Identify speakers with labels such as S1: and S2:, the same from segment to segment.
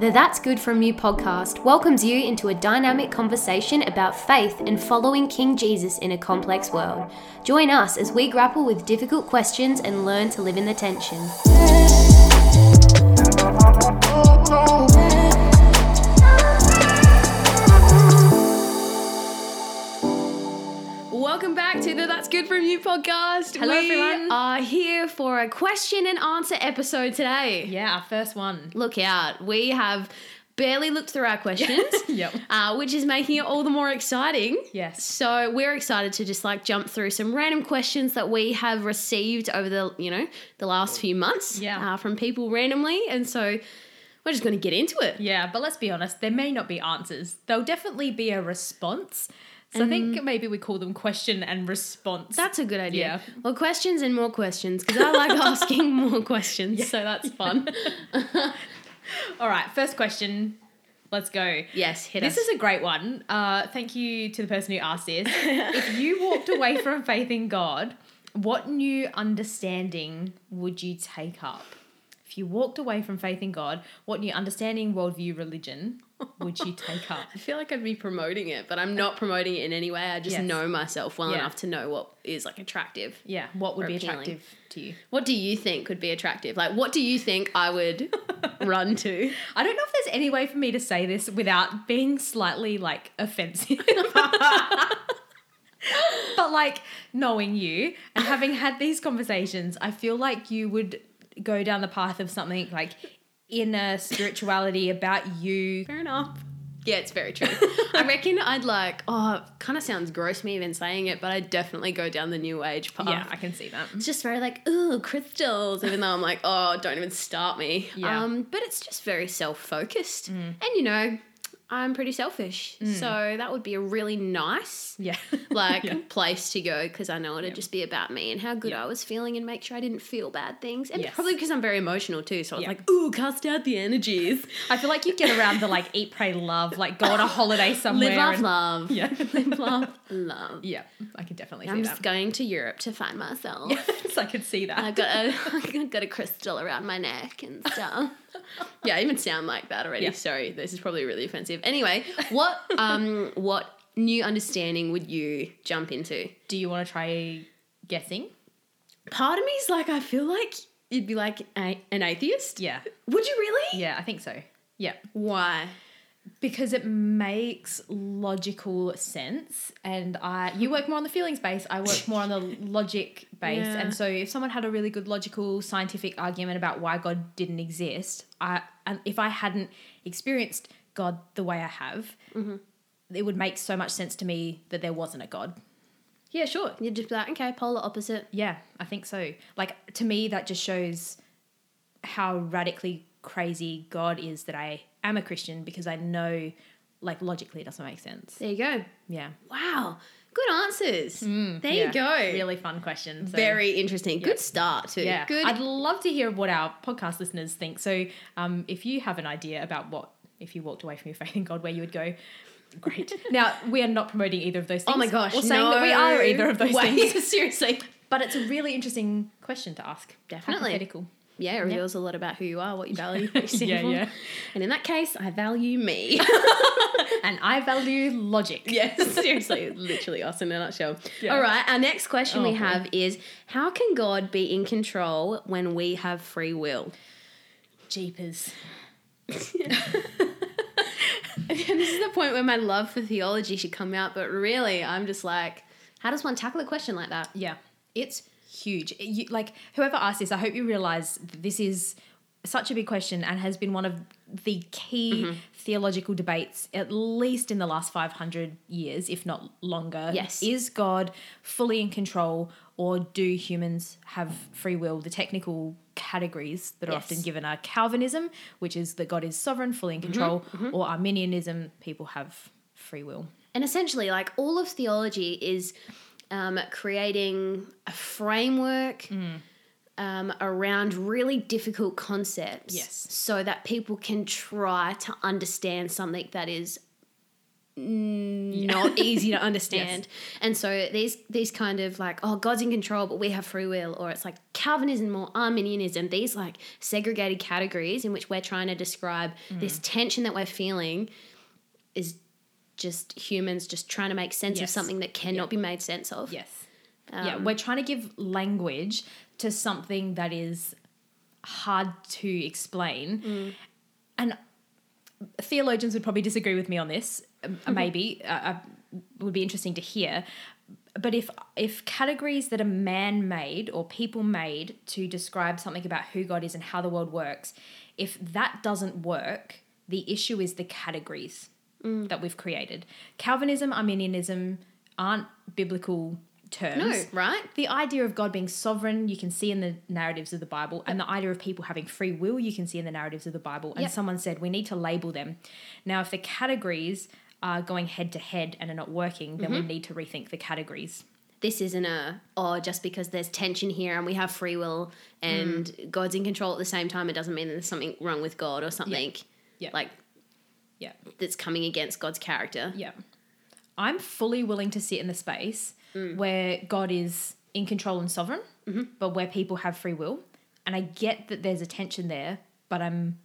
S1: The That's Good From You podcast welcomes you into a dynamic conversation about faith and following King Jesus in a complex world. Join us as we grapple with difficult questions and learn to live in the tension.
S2: Welcome back to the That's Good From You podcast.
S3: Hello,
S2: we
S3: everyone.
S2: are here for a question and answer episode today.
S3: Yeah, our first one.
S2: Look out, we have barely looked through our questions,
S3: Yep.
S2: uh, which is making it all the more exciting.
S3: Yes.
S2: So we're excited to just like jump through some random questions that we have received over the you know the last few months
S3: Yeah.
S2: uh, from people randomly, and so we're just going to get into it.
S3: Yeah, but let's be honest, there may not be answers. There'll definitely be a response. So I
S2: Mm.
S3: think maybe we call them question and response.
S2: That's a good idea.
S3: Yeah.
S2: Well, questions and more questions because I like asking more questions, so that's fun.
S3: All right, first question. Let's go.
S2: yes, hit
S3: This
S2: us.
S3: is a great one. Uh, thank you to the person who asked this. if you walked away from faith in God, what new understanding would you take up? If you walked away from faith in God, what new understanding, worldview, religion would you take up?
S2: I feel like I'd be promoting it, but I'm not promoting it in any way. I just
S3: Yes.
S2: know myself well
S3: Yeah.
S2: enough to know what is like attractive.
S3: Yeah, what would
S2: Or
S3: be
S2: appealing.
S3: attractive to you?
S2: What do you think would be attractive? Like, what do you think I would run to?
S3: I don't know if there's any way for me to say this without being slightly like offensive. but like knowing you and having had these conversations, I feel like you would go down the path of something like inner spirituality about you.
S2: Fair enough. Yeah, it's very true. I reckon I'd like, oh, kind of sounds gross me even saying it, but I'd definitely go down the new age path.
S3: Yeah, I can see that.
S2: It's just very like, ooh, crystals, even though I'm like, oh, don't even start me.
S3: Yeah.
S2: Um, but it's just very self focused. And, you know, I'm pretty selfish. So that would be a really nice
S3: Yeah.
S2: like
S3: Yeah.
S2: place to go because I know it'd just be about me and how good I was feeling and make sure I didn't feel bad things. And
S3: Yes.
S2: probably because I'm very emotional too. So I was
S3: Yeah.
S2: like, ooh, cast out the energies.
S3: I feel like you get around the like eat, pray, love, like go on a holiday somewhere.
S2: Live, love, love.
S3: and- Yeah.
S2: Live, love, love.
S3: Yeah, I can definitely see
S2: I'm
S3: that.
S2: just going to Europe to find myself.
S3: Yes, I can see that.
S2: I've got a, I've got a crystal around my neck and stuff. yeah, I even sound like that already.
S3: Yeah.
S2: Sorry, this is probably really offensive. Anyway, what um what new understanding would you jump into?
S3: Do you want to try guessing?
S2: Part of me is like, I feel like you'd be like a, an atheist.
S3: Yeah.
S2: Would you really?
S3: Yeah, I think so. Yeah.
S2: Why?
S3: Because it makes logical sense. And I you work more on the feelings base, I work more on the logic base.
S2: Yeah.
S3: And so if someone had a really good logical scientific argument about why God didn't exist, I and if I hadn't experienced God the way I have, it would make so much sense to me that there wasn't a God.
S2: Yeah, sure. You'd just be like, okay, polar opposite.
S3: Yeah, I think so. Like to me, that just shows how radically crazy God is that I am a Christian because I know, like logically, it doesn't make sense.
S2: There you go.
S3: Yeah,
S2: Wow. Good answers. there
S3: Mm, Yeah.
S2: you go.
S3: Really fun question. so-
S2: Very interesting. Good start too.
S3: Yeah,
S2: Good.
S3: I'd love to hear what our podcast listeners think. So, um, if you have an idea about what if you walked away from your faith in God, where you would go. Great. Now we are not promoting either of those things.
S2: oh my gosh.
S3: Or saying that we
S2: no
S3: are either of those
S2: way.
S3: things.
S2: Seriously.
S3: But it's a really interesting question to ask.
S2: Definitely.
S3: Hypothetical.
S2: Yeah, it reveals a lot about who you are, what you value, for
S3: Yeah,
S2: example.
S3: yeah.
S2: And in that case, I value me.
S3: And I value logic.
S2: yes, seriously, literally us in a nutshell.
S3: Yeah.
S2: All right, our next question
S3: Oh,
S2: we
S3: boy.
S2: have is how can God be in control when we have free will?
S3: Jeepers.
S2: And this is the point where my love for theology should come out, but really, I'm just like, how does one tackle a question like that?
S3: Yeah, it's huge. It- You, like whoever asked this, I hope you realize that this is such a big question and has been one of the key
S2: Mm-hmm.
S3: theological debates at least in the last 500 years if not longer
S2: Yes.
S3: is god fully in control or do humans have free will the technical categories that are
S2: Yes.
S3: often given are calvinism which is that god is sovereign fully in
S2: Mm-hmm.
S3: control or arminianism people have free will
S2: And essentially, like all of theology is um, creating a framework um, around really difficult concepts.
S3: Yes.
S2: So that people can try to understand something that is not easy to understand. And so these these kind of like, oh, God's in control, but we have free will, or it's like Calvinism or Arminianism, these like segregated categories in which we're trying to describe
S3: Mm.
S2: this tension that we're feeling is just humans just trying to make sense of
S3: Yes.
S2: something that cannot be made sense of.
S3: Yes. yeah, we're trying to give language to something that is hard to explain. And theologians would probably disagree with me on this, uh, maybe. uh, uh, would be interesting to hear. But if if categories that are man made or people made to describe something about who God is and how the world works, if that doesn't work, the issue is the categories
S2: Mm.
S3: that we've created. Calvinism, Arminianism aren't biblical
S2: No,
S3: terms.
S2: right?
S3: The idea of God being sovereign, you can see in the narratives of the Bible, and the idea of people having free will, you can see in the narratives of the Bible. And
S2: Yep.
S3: someone said, we need to label them. Now, if the categories are going head to head and are not working, then we need to rethink the categories.
S2: This isn't a oh, just because there's tension here and we have free will and
S3: Mm.
S2: God's in control at the same time, it doesn't mean that there's something wrong with God or something
S3: Yeah.
S2: like
S3: Yeah.
S2: that's coming against God's character.
S3: Yeah. I'm fully willing to sit in the space where God is in control and sovereign, but where people have free will. And I get that there's a tension there, but I'm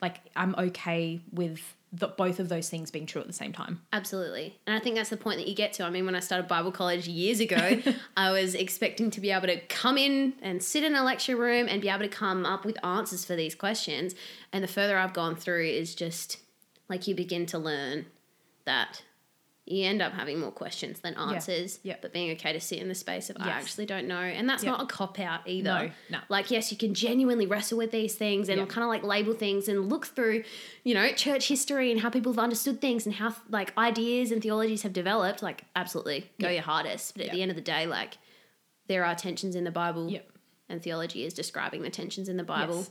S3: like, I'm okay with the, both of those things being true at the same time.
S2: Absolutely. And I think that's the point that you get to. I mean, when I started Bible college years ago, I was expecting to be able to come in and sit in a lecture room and be able to come up with answers for these questions. And the further I've gone through is just like you begin to learn that you end up having more questions than answers,
S3: Yeah.
S2: but being okay to sit in the space of, I
S3: Yes.
S2: actually don't know. And that's
S3: Yeah.
S2: not a cop out either.
S3: No, no.
S2: Like, yes, you can genuinely wrestle with these things and
S3: Yeah.
S2: kind of like label things and look through, you know, church history and how people have understood things and how like ideas and theologies have developed. Like, absolutely, go
S3: Yeah.
S2: your hardest. But at
S3: Yeah.
S2: the end of the day, like, there are tensions in the Bible.
S3: Yep.
S2: And theology is describing the tensions in the Bible.
S3: Yes.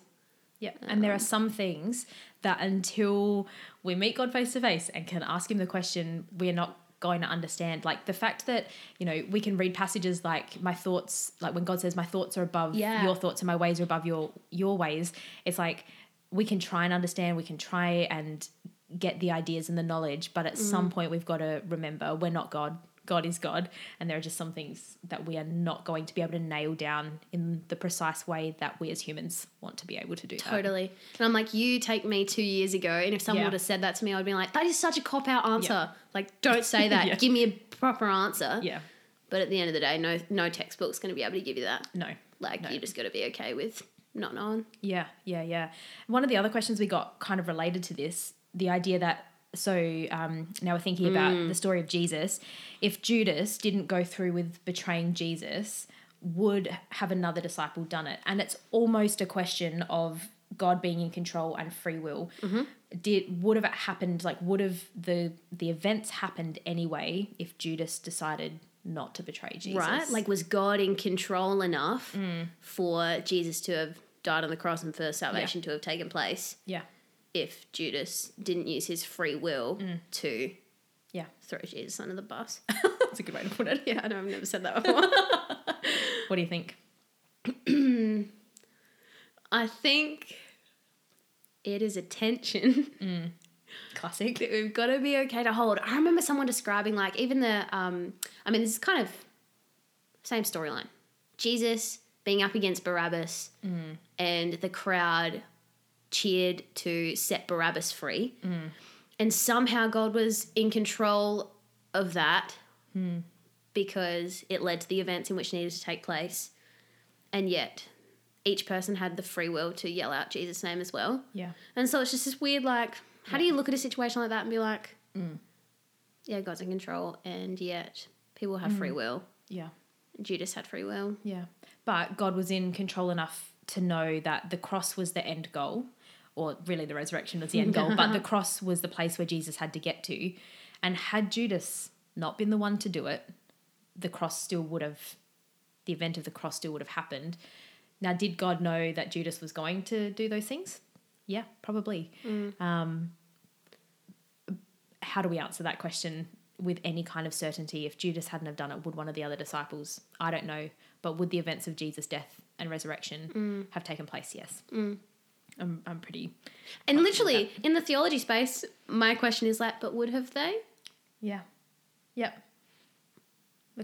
S3: Yeah. and there are some things that until we meet God face to face and can ask him the question, we're not going to understand. Like the fact that, you know, we can read passages like my thoughts, like when God says my thoughts are above
S2: Yeah.
S3: your thoughts and my ways are above your your ways, it's like we can try and understand, we can try and get the ideas and the knowledge, but at some point we've got to remember we're not God. God is God, and there are just some things that we are not going to be able to nail down in the precise way that we as humans want to be able to do. that.
S2: Totally. And I'm like, you take me two years ago, and if someone
S3: Uh, Yeah.
S2: would have said that to me, I'd be like, that is such a cop out answer. Like, don't say that.
S3: Yeah.
S2: Give me a proper answer.
S3: Yeah.
S2: But at the end of the day, no no textbook's going to be able to give you that.
S3: No.
S2: Like,
S3: No.
S2: you just got to be okay with not knowing.
S3: Yeah, yeah, yeah. One of the other questions we got kind of related to this the idea that, so um, now we're thinking about the story of Jesus. If Judas didn't go through with betraying Jesus, would have another disciple done it? And it's almost a question of God being in control and free will. Did would have it happened? Like would have the the events happened anyway if Judas decided not to betray Jesus?
S2: Right? Like, was God in control enough
S3: Mm.
S2: for Jesus to have died on the cross and for salvation to have taken place
S3: yeah,
S2: if Judas didn't use his free will to
S3: Mm. yeah.
S2: throw Jesus under the bus?
S3: That's a good way to put it.
S2: yeah, I know I've never said that before.
S3: What do you think?
S2: I think it is a tension.
S3: Classic.
S2: that we've got to be okay to hold. I remember someone describing like even the um I mean this is kind of same storyline. Jesus being up against Barabbas and the crowd cheered to set Barabbas free. And somehow God was in control of that because it led to the events in which needed to take place. And yet each person had the free will to yell out Jesus' name as well.
S3: Yeah.
S2: And so it's just this weird, like, how do you look at a situation like that and be like,
S3: Mm.
S2: yeah, God's in control, and yet people have
S3: Mm.
S2: free will.
S3: Yeah.
S2: Judas had free will.
S3: Yeah. But God was in control enough to know that the cross was the end goal, or really the resurrection was the end goal, but the cross was the place where Jesus had to get to. And had Judas not been the one to do it, the cross still would have, the event of the cross still would have happened. Now, did God know that Judas was going to do those things? Yeah, probably. Um, how do we answer that question with any kind of certainty? If Judas hadn't have done it, would one of the other disciples? I don't know, but would the events of Jesus' death and resurrection have taken place? Yes. I'm, I'm pretty.
S2: And literally, in the theology space, my question is like, but would have they?
S3: Yeah. Yep. The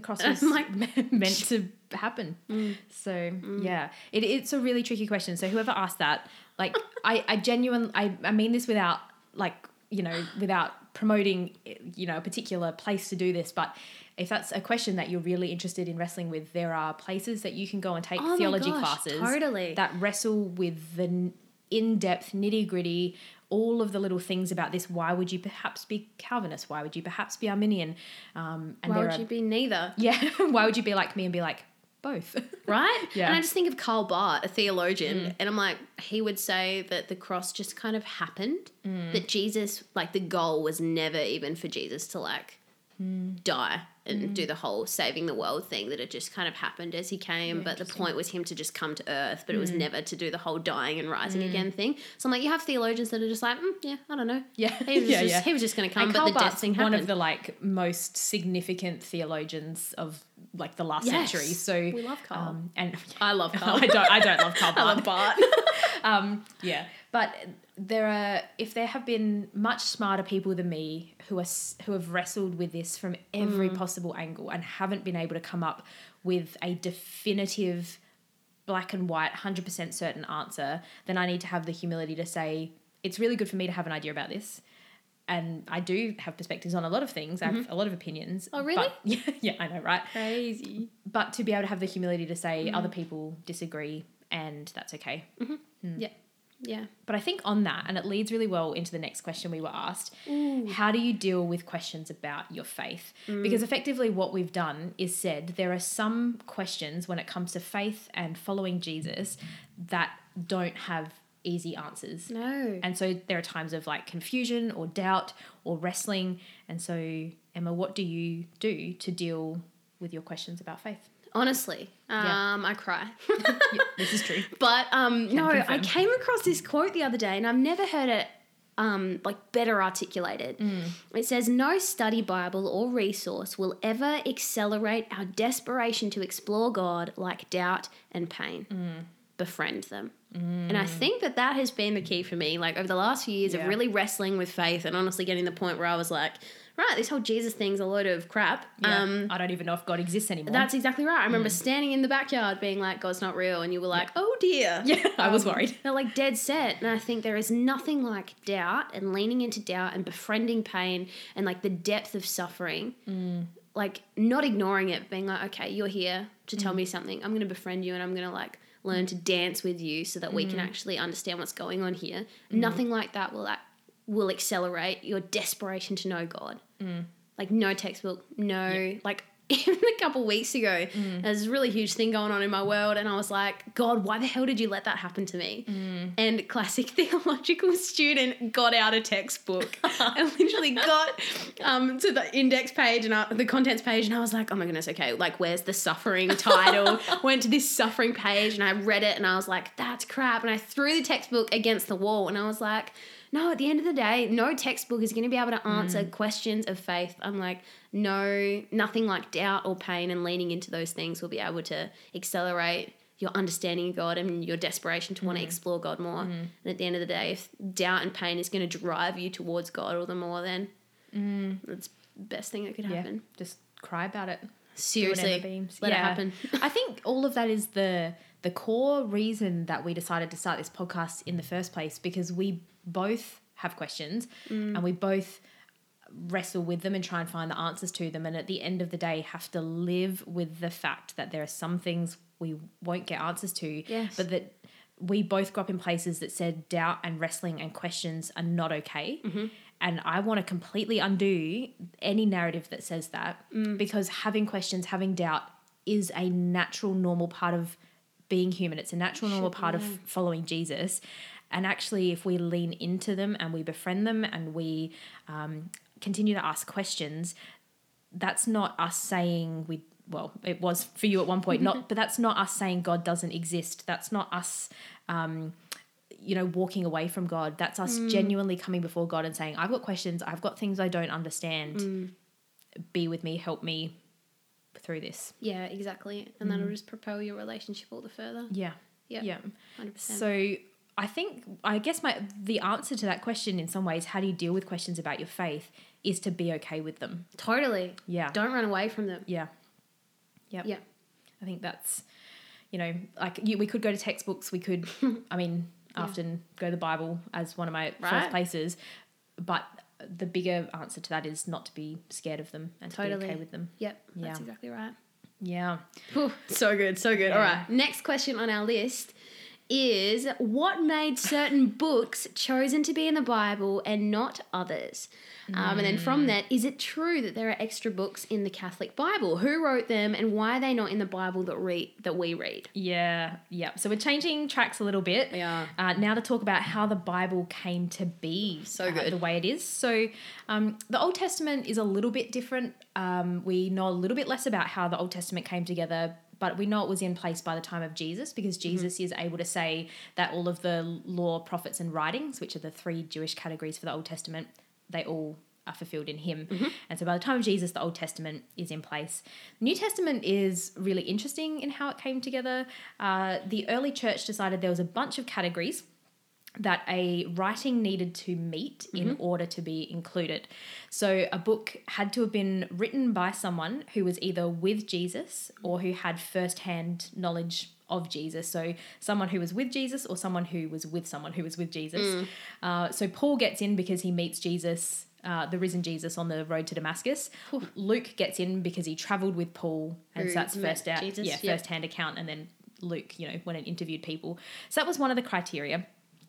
S3: cross
S2: I'm
S3: was
S2: like-
S3: me- meant to happen.
S2: Mm.
S3: So yeah, it, it's a really tricky question. So whoever asked that, like, I I genuinely I, I mean this without like you know without promoting you know a particular place to do this, but if that's a question that you're really interested in wrestling with, there are places that you can go and take
S2: Oh my
S3: theology
S2: gosh,
S3: classes
S2: totally.
S3: that wrestle with the in depth, nitty gritty, all of the little things about this. Why would you perhaps be Calvinist? Why would you perhaps be Arminian? Um, and
S2: Why
S3: there
S2: would
S3: are,
S2: you be neither?
S3: yeah, why would you be like me and be like both?
S2: Right?
S3: Yeah. Mm.
S2: And I just think of Karl Barth, a theologian, and I'm like, he would say that the cross just kind of happened.
S3: Mm.
S2: That Jesus, like, the goal was never even for Jesus to, like,
S3: Mm.
S2: die and do the whole saving the world thing, that it just kind of happened as he came. but the point was him to just come to earth, but it
S3: Mm.
S2: was never to do the whole dying and rising again thing. So I'm like, you have theologians that are just like, mm, yeah, I don't know.
S3: Yeah.
S2: He was
S3: Yeah,
S2: just,
S3: yeah.
S2: He was just going to come,
S3: And
S2: but
S3: Karl
S2: the death
S3: Barth's
S2: thing
S3: one
S2: happened.
S3: of the like most significant theologians of like the last
S2: Yes.
S3: century. So
S2: We love Karl.
S3: Um, and
S2: I love Karl.
S3: I don't. I don't love Karl
S2: I love
S3: Barth.
S2: Bart.
S3: um, yeah, but there are if there have been much smarter people than me who are s- who have wrestled with this from every
S2: Mm.
S3: possible angle and haven't been able to come up with a definitive black and white 100% certain answer then i need to have the humility to say it's really good for me to have an idea about this and i do have perspectives on a lot of things i have a lot of opinions
S2: Mm-hmm. Oh, really?
S3: but- yeah, yeah i know right
S2: Crazy.
S3: but to be able to have the humility to say
S2: Mm-hmm.
S3: other people disagree and that's okay
S2: Yeah. Yeah.
S3: but I think on that, and it leads really well into the next question we were asked how do you deal with questions about your faith? Because effectively, what we've done is said there are some questions when it comes to faith and following Jesus that don't have easy answers.
S2: No.
S3: And so there are times of like confusion or doubt or wrestling. And so, Emma, what do you do to deal with your questions about faith?
S2: Honestly,
S3: Yeah.
S2: um, I cry.
S3: Yeah, this is true.
S2: but um, no, I
S3: confirm.
S2: came across this quote the other day, and I've never heard it um, like better articulated.
S3: Mm.
S2: It says, "No study Bible or resource will ever accelerate our desperation to explore God like doubt and pain.
S3: Mm.
S2: Befriend them." And I think that that has been the key for me, like over the last few years of
S3: Yeah.
S2: really wrestling with faith, and honestly getting to the point where I was like, "Right, this whole Jesus thing's a load of crap."
S3: Yeah. Mm.
S2: Um,
S3: I don't even know if God exists anymore.
S2: That's exactly right. I remember standing in the backyard being like, God's not real. And you were like, oh dear.
S3: yeah, I was worried.
S2: They're like dead set. And I think there is nothing like doubt and leaning into doubt and befriending pain and like the depth of suffering. Like not ignoring it, being like, okay, you're here to tell me something. I'm going to befriend you and I'm going to like learn to dance with you so that we can actually understand what's going on here. Nothing like that will act. Will accelerate your desperation to know God like no textbook, no like even a couple weeks ago, there's this really huge thing going on in my world, and I was like, God, why the hell did you let that happen to me? And classic theological student got out a textbook and literally got um, to the index page and I, the contents page, and I was like, oh my goodness, okay, like where's the suffering title? Went to this suffering page and I read it, and I was like, that's crap, and I threw the textbook against the wall, and I was like, no, at the end of the day, no textbook is going to be able to answer
S3: Mm.
S2: questions of faith. I'm like, no, nothing like doubt or pain and leaning into those things will be able to accelerate your understanding of God and your desperation to
S3: Mm.
S2: want to explore God more.
S3: Mm-hmm.
S2: And at the end of the day, if doubt and pain is going to drive you towards God all the more, then that's the best thing that could
S3: Mm. Yeah,
S2: happen.
S3: just cry about it.
S2: Seriously,
S3: whatever beams.
S2: let it
S3: Yeah.
S2: happen.
S3: I think all of that is the the core reason that we decided to start this podcast in the first place because we both have questions and we both wrestle with them and try and find the answers to them and at the end of the day have to live with the fact that there are some things we won't get answers to
S2: Yes.
S3: but that we both grew up in places that said doubt and wrestling and questions are not okay and i want to completely undo any narrative that says that because having questions having doubt is a natural normal part of being human it's a natural normal part of following jesus and actually if we lean into them and we befriend them and we um, continue to ask questions that's not us saying we well it was for you at one point not but that's not us saying god doesn't exist that's not us um you know walking away from god that's us genuinely coming before god and saying i've got questions i've got things i don't understand be with me help me through this
S2: yeah,
S3: Mm.
S2: exactly. And that'll just propel your relationship all the further.
S3: yeah
S2: Yep.
S3: yeah
S2: 100%.
S3: so I think I guess my the answer to that question in some ways, how do you deal with questions about your faith, is to be okay with them.
S2: Totally.
S3: Yeah.
S2: Don't run away from them.
S3: Yeah. Yep.
S2: Yeah.
S3: I think that's, you know, like you, we could go to textbooks. We could, I mean, often go to the Bible as one of my
S2: Right.
S3: first places, but the bigger answer to that is not to be scared of them and to be
S2: Totally.
S3: okay with them.
S2: Yep. That's
S3: Yeah.
S2: exactly right.
S3: Yeah.
S2: Whew, so good, so good. All right. Next question on our list is what made certain books chosen to be in the Bible and not others? Um, and then from that, is it true that there are extra books in the Catholic Bible? Who wrote them and why are they not in the Bible that read that we read?
S3: Yeah, yeah. So we're changing tracks a little bit.
S2: Yeah.
S3: Uh, now to talk about how the Bible came to be
S2: So
S3: uh,
S2: good.
S3: the way it is. So um, the Old Testament is a little bit different. Um, we know a little bit less about how the Old Testament came together, but we know it was in place by the time of Jesus because Jesus is able to say that all of the law, prophets, and writings, which are the three Jewish categories for the Old Testament, they all are fulfilled in him. And so by the time of Jesus, the Old Testament is in place. The New Testament is really interesting in how it came together. Uh, the early church decided there was a bunch of categories that a writing needed to meet
S2: Mm-hmm.
S3: in order to be included. So a book had to have been written by someone who was either with Jesus or who had first-hand knowledge of Jesus. So someone who was with Jesus or someone who was with someone who was with Jesus.
S2: Mm.
S3: Uh, so Paul gets in because he meets Jesus. Uh, the risen Jesus on the road to Damascus. Luke gets in because he traveled with Paul, and
S2: Who
S3: so that's
S2: met
S3: first out,
S2: Jesus,
S3: yeah,
S2: yeah.
S3: first hand account, and then Luke, you know, when it interviewed people. So that was one of the criteria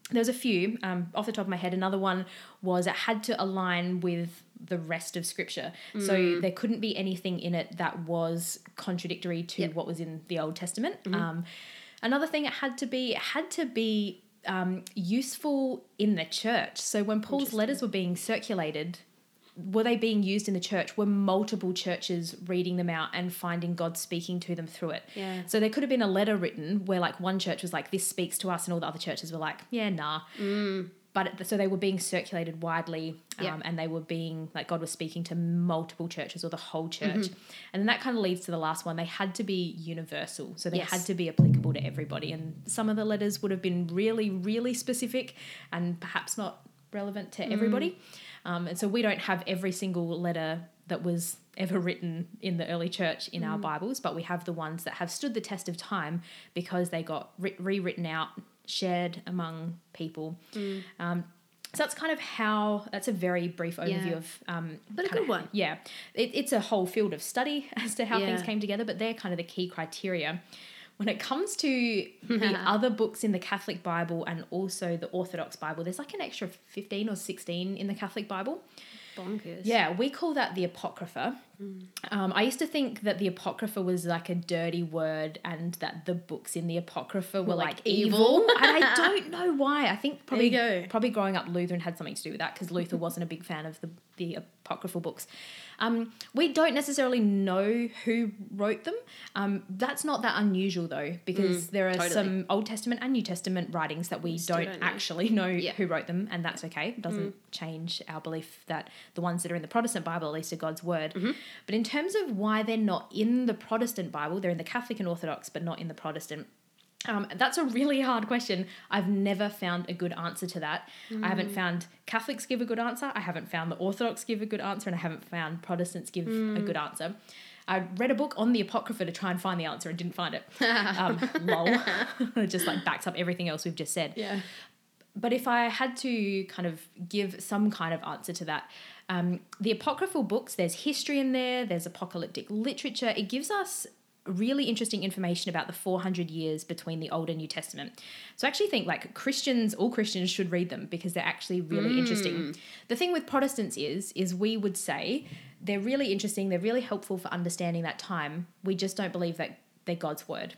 S3: there was a few um, off the top of my head. Another one was it had to align with the rest of scripture. So there couldn't be anything in it that was contradictory to
S2: Yep.
S3: what was in the Old Testament. Um, another thing it had to be, it had to be um, useful in the church. So when Paul's letters were being circulated, were they being used in the church? Were multiple churches reading them out and finding God speaking to them through it?
S2: Yeah.
S3: So there could have been a letter written where like one church was like, "This speaks to us," and all the other churches were like, "Yeah, nah."
S2: Mm.
S3: But it, so they were being circulated widely, um,
S2: Yeah.
S3: and they were being like God was speaking to multiple churches or the whole church,
S2: Mm-hmm.
S3: and then that kind of leads to the last one. They had to be universal, so they
S2: Yes.
S3: had to be applicable to everybody. And some of the letters would have been really, really specific, and perhaps not relevant
S2: Mm.
S3: to everybody. Um, and so we don't have every single letter that was ever written in the early church in
S2: Mm.
S3: our Bibles, but we have the ones that have stood the test of time because they got re- rewritten out, shared among people.
S2: Mm.
S3: Um, so that's kind of how. That's a very brief overview
S2: Yeah.
S3: of, um,
S2: But a
S3: kinda-
S2: good one.
S3: Yeah, it, it's a whole field of study as to how things
S2: Yeah.
S3: came together, but they're kind of the key criteria. When it comes to the other books in the Catholic Bible and also the Orthodox Bible, there's like an extra 15 or 16 in the Catholic Bible.
S2: Bonkers.
S3: Yeah, we call that the Apocrypha.
S2: Mm.
S3: Um, I used to think that the Apocrypha was like a dirty word and that the books in the Apocrypha were like,
S2: like
S3: evil.
S2: evil.
S3: and I don't know why. I think probably
S2: go.
S3: probably growing up Lutheran had something to do with that because Luther wasn't a big fan of the, the Apocryphal books. Um, we don't necessarily know who wrote them. Um, that's not that unusual though because there are
S2: Mm, totally.
S3: some Old Testament and New Testament writings that we
S2: still
S3: don't,
S2: don't know.
S3: actually know
S2: Yeah. Mm.
S3: who wrote them, and that's okay. It doesn't change our belief that the ones that are in the Protestant Bible, at least, are God's word.
S2: Mm-hmm.
S3: But in terms of why they're not in the Protestant Bible, they're in the Catholic and Orthodox, but not in the Protestant. Um, that's a really hard question. I've never found a good answer to that. I haven't found Catholics give a good answer. I haven't found the Orthodox give a good answer, and I haven't found Protestants give a good answer. I read a book on the Apocrypha to try and find the answer and didn't find it. Um, lol. it just like backs up everything else we've just said
S2: Yeah.
S3: but if I had to kind of give some kind of answer to that, um, the apocryphal books, there's history in there, there's apocalyptic literature. It gives us really interesting information about the 400 years between the Old and New Testament. So I actually think like Christians, all Christians should read them because they're actually really interesting. The thing with Protestants is, is we would say they're really interesting, they're really helpful for understanding that time. We just don't believe that they're God's word.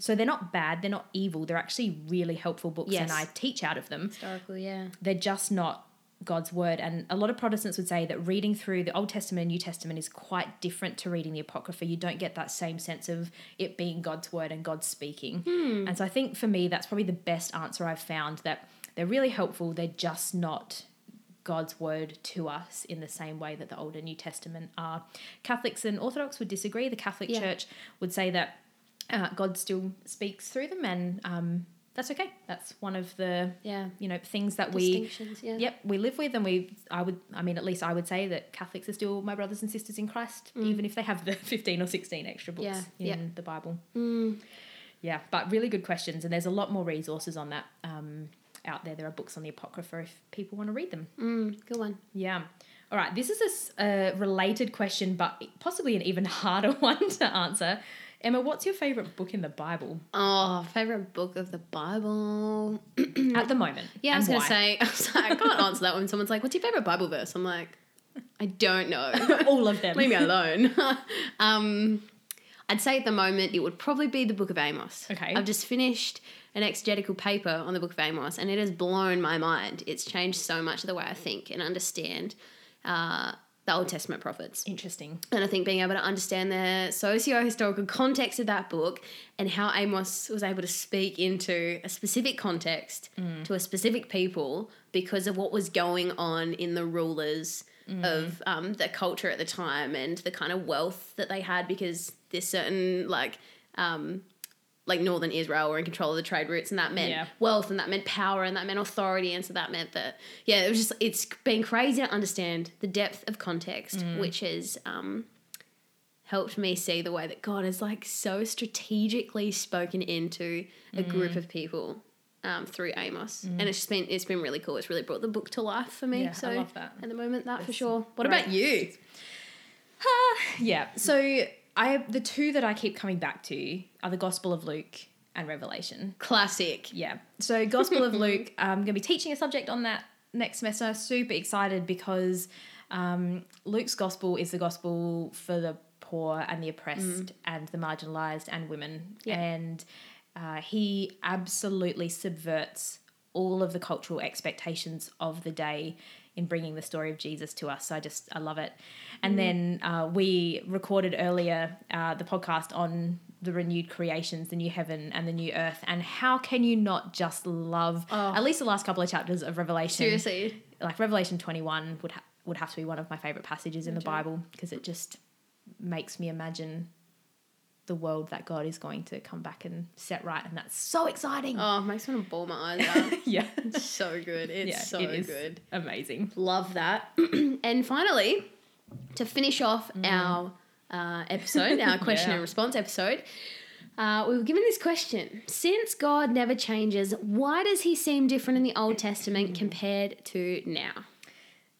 S3: So they're not bad, they're not evil, they're actually really helpful books and
S2: Yes.
S3: I teach out of them.
S2: Historical, yeah.
S3: They're just not God's word. And a lot of Protestants would say that reading through the Old Testament and New Testament is quite different to reading the Apocrypha. You don't get that same sense of it being God's word and God speaking. And so I think for me, that's probably the best answer I've found that they're really helpful, they're just not. God's word to us in the same way that the Old and New Testament are. Catholics and Orthodox would disagree. The Catholic
S2: Yeah.
S3: Church would say that uh, God still speaks through them, and um, that's okay. That's one of the
S2: Yeah.
S3: you know things that we
S2: Distinctions. Yeah.
S3: yep we live with and we i would i mean at least i would say that catholics are still my brothers and sisters in christ even if they have the 15 or 16 extra books
S2: Mm. Yeah,
S3: in
S2: yeah.
S3: the bible
S2: Mm.
S3: yeah but really good questions and there's a lot more resources on that um, out there there are books on the apocrypha if people want to read them
S2: Mm. Good one.
S3: yeah all right this is a s- a related question but possibly an even harder one to answer emma what's your favorite book in the bible
S2: Oh, favorite book of the Bible.
S3: at the moment
S2: Yeah, I
S3: and
S2: was going
S3: why?
S2: to say, I, was like, I can't answer that when someone's like, what's your favorite Bible verse? I'm like, I don't know.
S3: all of them
S2: Leave me alone. um, I'd say at the moment it would probably be the Book of Amos.
S3: Okay.
S2: I've just finished an exegetical paper on the Book of Amos and it has blown my mind. It's changed so much of the way I think and understand uh, the Old Testament prophets.
S3: interesting
S2: And I think being able to understand the socio historical context of that book and how Amos was able to speak into a specific context to a specific people because of what was going on in the rulers of um, the culture at the time and the kind of wealth that they had because there's certain like um, like northern Israel were in control of the trade routes, and that meant
S3: Yeah.
S2: wealth, and that meant power, and that meant authority, and so that meant that yeah, it was just it's been crazy to understand the depth of context, which has um, helped me see the way that God has like so strategically spoken into
S3: Mm.
S2: a group of people. Um, through Amos, and it's just been it's been really cool. It's really brought the book to life for me.
S3: Yeah, I
S2: so
S3: love that.
S2: at the moment, that for
S3: That's
S2: sure. What
S3: great.
S2: about you?
S3: Yeah. So I the two that I keep coming back to are the Gospel of Luke and Revelation.
S2: Classic.
S3: Yeah. So Gospel of Luke, um, I'm going to be teaching a subject on that next semester. Super excited because um, Luke's gospel is the gospel for the poor and the oppressed
S2: Mm.
S3: and the marginalized and women. And uh, he absolutely subverts all of the cultural expectations of the day in bringing the story of Jesus to us. So I just, I love it.
S2: Mm.
S3: And then uh, we recorded earlier uh, the podcast on the renewed creations, the new heaven and the new earth. And how can you not just love
S2: Oh.
S3: at least the last couple of chapters of Revelation?
S2: Seriously,
S3: like Revelation 21 would ha- would have to be one of my favorite passages in the Bible because it just makes me imagine the world that God is going to come back and set right and that's so exciting.
S2: oh, makes me want to bawl my eyes out.
S3: yeah.
S2: so good. It's
S3: yeah,
S2: so
S3: it is
S2: good.
S3: Amazing.
S2: Love that. and finally, to finish off our uh, episode, our question
S3: Mm. Yeah.
S2: and response episode, uh, we were given this question Since God never changes, why does he seem different in the Old Testament
S3: Mm.
S2: compared to now?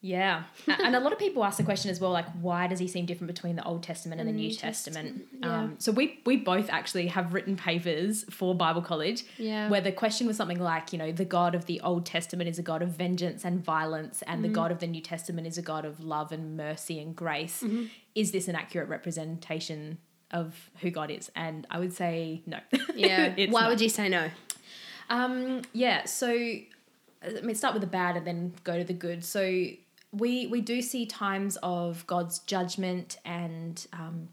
S3: Yeah. A- and a lot of people ask the question as well like why does he seem different between the Old Testament and, the New,
S2: Mm,
S3: Testament? Um, so we we both actually have written papers for Bible college
S2: Yeah.
S3: where the question was something like, you know, the God of the Old Testament is a God of vengeance and violence, and the
S2: Mm-hmm.
S3: God of the New Testament is a God of love and mercy and grace.
S2: Mm-hmm.
S3: Is this an accurate representation of who God is? And I would say no.
S2: Yeah.
S3: It's
S2: why
S3: not.
S2: would you say no?
S3: Um, yeah, so I mean, start with the bad and then go to the good. So we we do see times of God's judgment and um,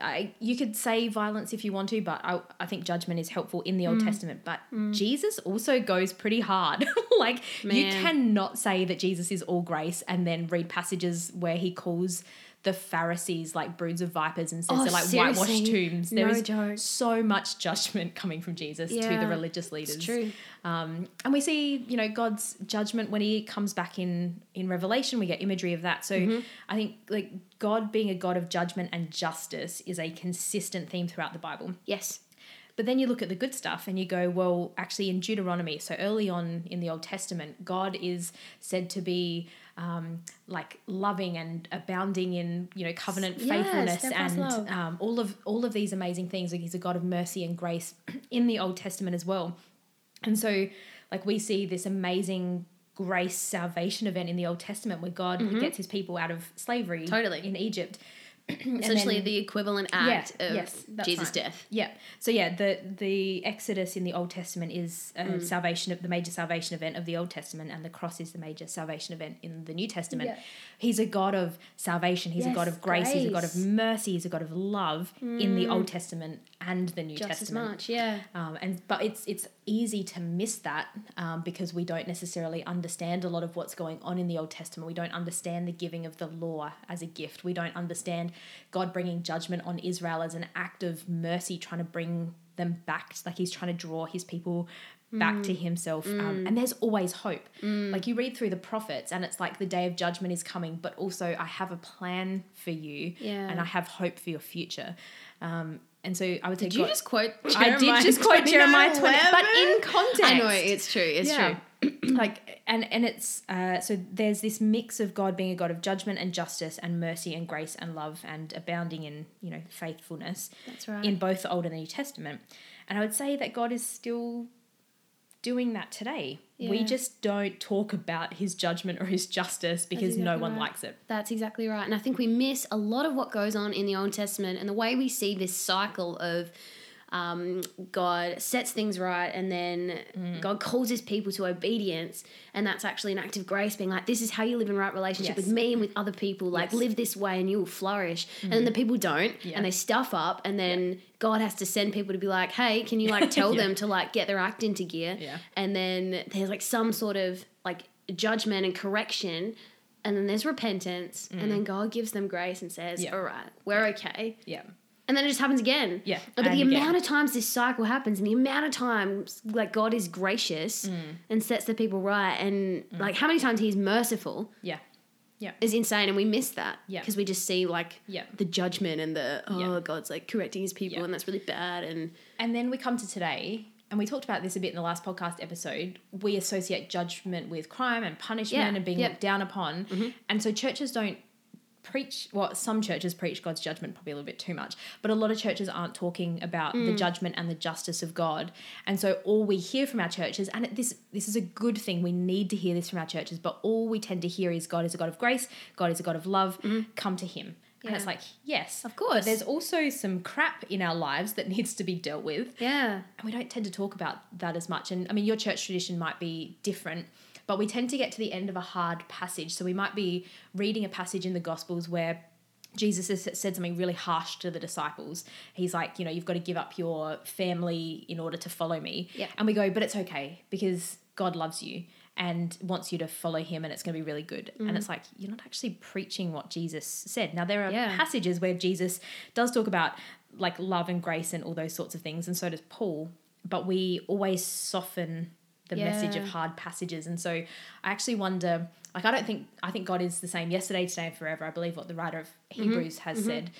S3: I, you could say violence if you want to, but I, I think judgment is helpful in the
S2: Mm.
S3: Old Testament. But Jesus also goes pretty hard. like you
S2: Man.
S3: cannot say that Jesus is all grace and then read passages where he calls the Pharisees like broods of vipers and says
S2: Oh,
S3: they're like whitewashed
S2: seriously?
S3: tombs. There
S2: No
S3: is
S2: joke.
S3: so much judgment coming from Jesus to
S2: Yeah,
S3: the religious leaders.
S2: It's true.
S3: Um, and we see, you know, God's judgment when He comes back in in Revelation. We get imagery of that. So
S2: Mm-hmm.
S3: I think like God being a God of judgment and justice is a consistent theme throughout the Bible.
S2: Yes.
S3: But then you look at the good stuff and you go, well, actually in Deuteronomy, so early on in the Old Testament, God is said to be um, like loving and abounding in you know covenant
S2: Yeah,
S3: faithfulness
S2: steadfast love.
S3: and um, all of all of these amazing things. Like He's a God of mercy and grace in the Old Testament as well. And so, like, we see this amazing grace salvation event in the Old Testament where God gets his people out of slavery
S2: Mm-hmm. Totally.
S3: in Egypt.
S2: Essentially, the equivalent act
S3: Yeah,
S2: of
S3: yes, that's
S2: Jesus'
S3: right.
S2: death.
S3: Yeah. So yeah, the the Exodus in the Old Testament is a
S2: Mm.
S3: salvation of the major salvation event of the Old Testament, and the cross is the major salvation event in the New Testament.
S2: Yeah.
S3: He's a God of salvation. He's a God
S2: Yes,
S3: of grace. He's a God of
S2: grace. Mm.
S3: mercy. He's a God of love in the Old Testament and the New
S2: Just as
S3: Testament.
S2: much, yeah.
S3: Um, and but it's it's easy to miss that um, because we don't necessarily understand a lot of what's going on in the Old Testament. We don't understand the giving of the law as a gift. We don't understand God bringing judgment on Israel as an act of mercy, trying to bring them back. Like he's trying to draw his people back to
S2: Mm.
S3: himself. Um, and there's always hope. Like you read through the prophets, and it's like the day of judgment is coming, but also I have a plan for you,
S2: Yeah.
S3: and I have hope for your future. Um, and so I would say,
S2: Did you
S3: God-
S2: just quote
S3: I did just quote Jeremiah 20, but in context.
S2: I know, it's true, it's true.
S3: like and and it's uh, so there's this mix of God being a God of judgment and justice and mercy and grace and love and abounding in you know faithfulness.
S2: That's right.
S3: In both the Old and the New Testament, and I would say that God is still doing that today. We
S2: Yeah.
S3: just don't talk about His judgment or His justice because no
S2: exactly
S3: one
S2: right.
S3: likes it.
S2: That's exactly right. And I think we miss a lot of what goes on in the Old Testament and the way we see this cycle of um, God sets things right and then
S3: Mm.
S2: God calls his people to obedience. And that's actually an act of grace, being like, this is how you live in right relationship
S3: Yes.
S2: with me and with other people. Like,
S3: Yes. Mm.
S2: live this way and you'll flourish. And then the people don't
S3: Yeah.
S2: and they stuff up. And then God has to send people to be like, hey, can you like tell
S3: Yeah.
S2: them to like get their act into gear?
S3: Yeah.
S2: and then there's like some sort of like judgment and correction and then there's repentance and then god gives them grace and says
S3: Mm. Yeah.
S2: all right we're okay
S3: Yeah,
S2: and then it just happens again
S3: Yeah,
S2: but the
S3: and again.
S2: amount of times this cycle happens and the amount of times like god is gracious
S3: Mm.
S2: and sets the people right and like how many times he's merciful
S3: yeah,
S2: is insane and we miss that
S3: Yeah.
S2: because we just see like
S3: yeah.
S2: the judgment and the oh
S3: Yeah.
S2: god's like correcting his people
S3: Yeah.
S2: and that's really bad and
S3: And then we come to today, and we talked about this a bit in the last podcast episode. We associate judgment with crime and punishment
S2: Yeah, Mm-hmm.
S3: and being
S2: yep.
S3: looked down upon. And so churches don't preach, well, some churches preach God's judgment probably a little bit too much, but a lot of churches aren't talking about
S2: Mm.
S3: the judgment and the justice of God. And so all we hear from our churches, and it- this this is a good thing, we need to hear this from our churches, but all we tend to hear is God is a God of grace, God is a God of love, come to Him. And it's
S2: Mm-hmm. Yeah.
S3: like, yes,
S2: Of course.
S3: But there's also some crap in our lives that needs to be dealt with.
S2: yeah
S3: And we don't tend to talk about that as much. And I mean, your church tradition might be different, but we tend to get to the end of a hard passage. So we might be reading a passage in the Gospels where Jesus has said something really harsh to the disciples. He's like, you know, you've got to give up your family in order to follow me.
S2: Yeah.
S3: And we go, but it's okay because God loves you and wants you to follow him and it's going to be really good. And it's like, you're not actually preaching what Jesus said. Now, there are
S2: Yeah.
S3: passages where Jesus does talk about like love and grace and all those sorts of things, and so does Paul, but we always soften the message of
S2: Yeah.
S3: hard passages. And so I actually wonder like, I don't think, I think God is the same yesterday, today, and forever. I believe what the writer of
S2: Mm-hmm.
S3: Hebrews has said.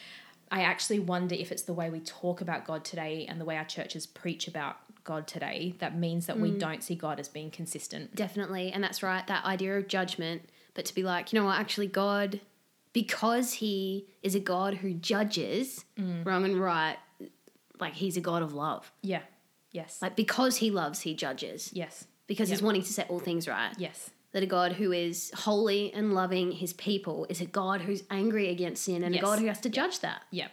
S3: I actually wonder if it's the way we talk about God today and the way our churches preach about God today that means that
S2: Mm.
S3: we don't see God as being consistent.
S2: Definitely. And that's right, that idea of judgment, but to be like, you know what, actually, God, because He is a God who judges
S3: Mm.
S2: wrong and right, like He's a God of love.
S3: Yeah. Yes.
S2: Like, because He loves, He judges.
S3: yes.
S2: Because He's
S3: Yeah.
S2: wanting to set all things right.
S3: Yes.
S2: That a God who is holy and loving His people is a God who's angry against sin and
S3: Yes.
S2: a God who has to judge that.
S3: Yeah.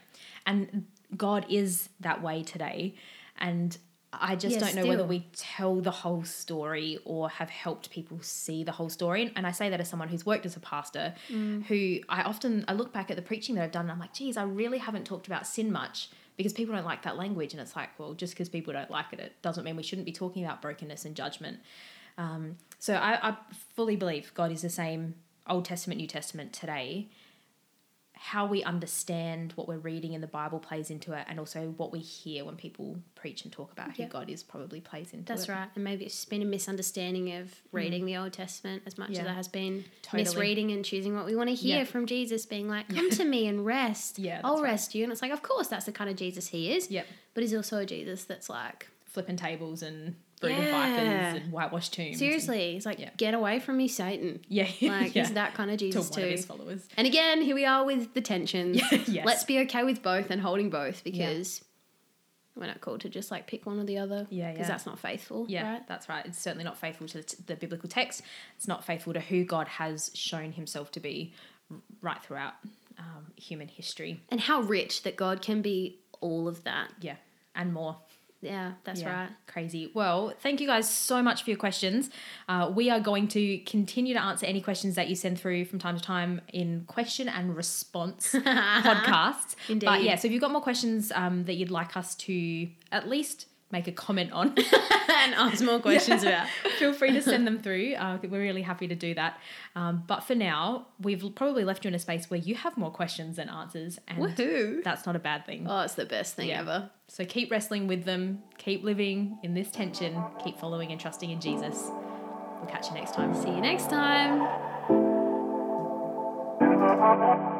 S3: And God is that way today. And I just
S2: Yeah,
S3: don't know whether
S2: still.
S3: we tell the whole story or have helped people see the whole story. And I say that as someone who's worked as a pastor,
S2: Mm.
S3: who I often I look back at the preaching that I've done and I'm like, geez, I really haven't talked about sin much because people don't like that language. And it's like, well, just because people don't like it, it doesn't mean we shouldn't be talking about brokenness and judgment. Um, so I, I fully believe God is the same Old Testament, New Testament today. How we understand what we're reading in the Bible plays into it, and also what we hear when people preach and talk about
S2: Yeah.
S3: who God is probably plays into it.
S2: That's right. And maybe it's just been a misunderstanding of reading the Old Testament as much
S3: Mm. Yeah.
S2: as it has been
S3: Totally.
S2: misreading and choosing what we want to hear
S3: Yeah.
S2: from Jesus, being like, come to me and rest.
S3: Yeah,
S2: I'll
S3: that's right.
S2: rest you. And it's like, of course, that's the kind of Jesus he is.
S3: Yep.
S2: But he's also a Jesus that's like,
S3: Flipping tables and brooding
S2: Yeah.
S3: vipers and whitewashed tombs. and-
S2: seriously, he's like,
S3: Yeah.
S2: get away from me, Satan.
S3: yeah.
S2: Like,
S3: yeah.
S2: he's that kind of
S3: to
S2: Jesus
S3: one of
S2: too.
S3: his followers.
S2: And again, here we are with the tensions.
S3: Yes.
S2: Let's be okay with both and holding both because we're not called to just like pick one or the other.
S3: Yeah,
S2: Because
S3: yeah.
S2: that's not faithful.
S3: Yeah,
S2: Right?
S3: that's right. It's certainly not faithful to the, the biblical text. It's not faithful to who God has shown himself to be r- right throughout um, human history.
S2: And how rich that God can be all of that.
S3: Yeah, and more.
S2: Yeah, that's
S3: Yeah,
S2: right.
S3: Crazy. Well, thank you guys so much for your questions. Uh, we are going to continue to answer any questions that you send through from time to time in question and response podcasts.
S2: Indeed.
S3: But yeah, so if you've got more questions um, that you'd like us to at least make a comment on.
S2: and ask more questions about.
S3: Feel free to send them through. Uh, we're really happy to do that. Um, but for now, we've l- probably left you in a space where you have more questions than answers, and
S2: Woohoo.
S3: that's not a bad thing.
S2: Oh, it's the best thing
S3: Yeah.
S2: ever.
S3: So keep wrestling with them, keep living in this tension, keep following and trusting in Jesus. We'll catch you next time.
S2: See you next time.
S4: Thank you.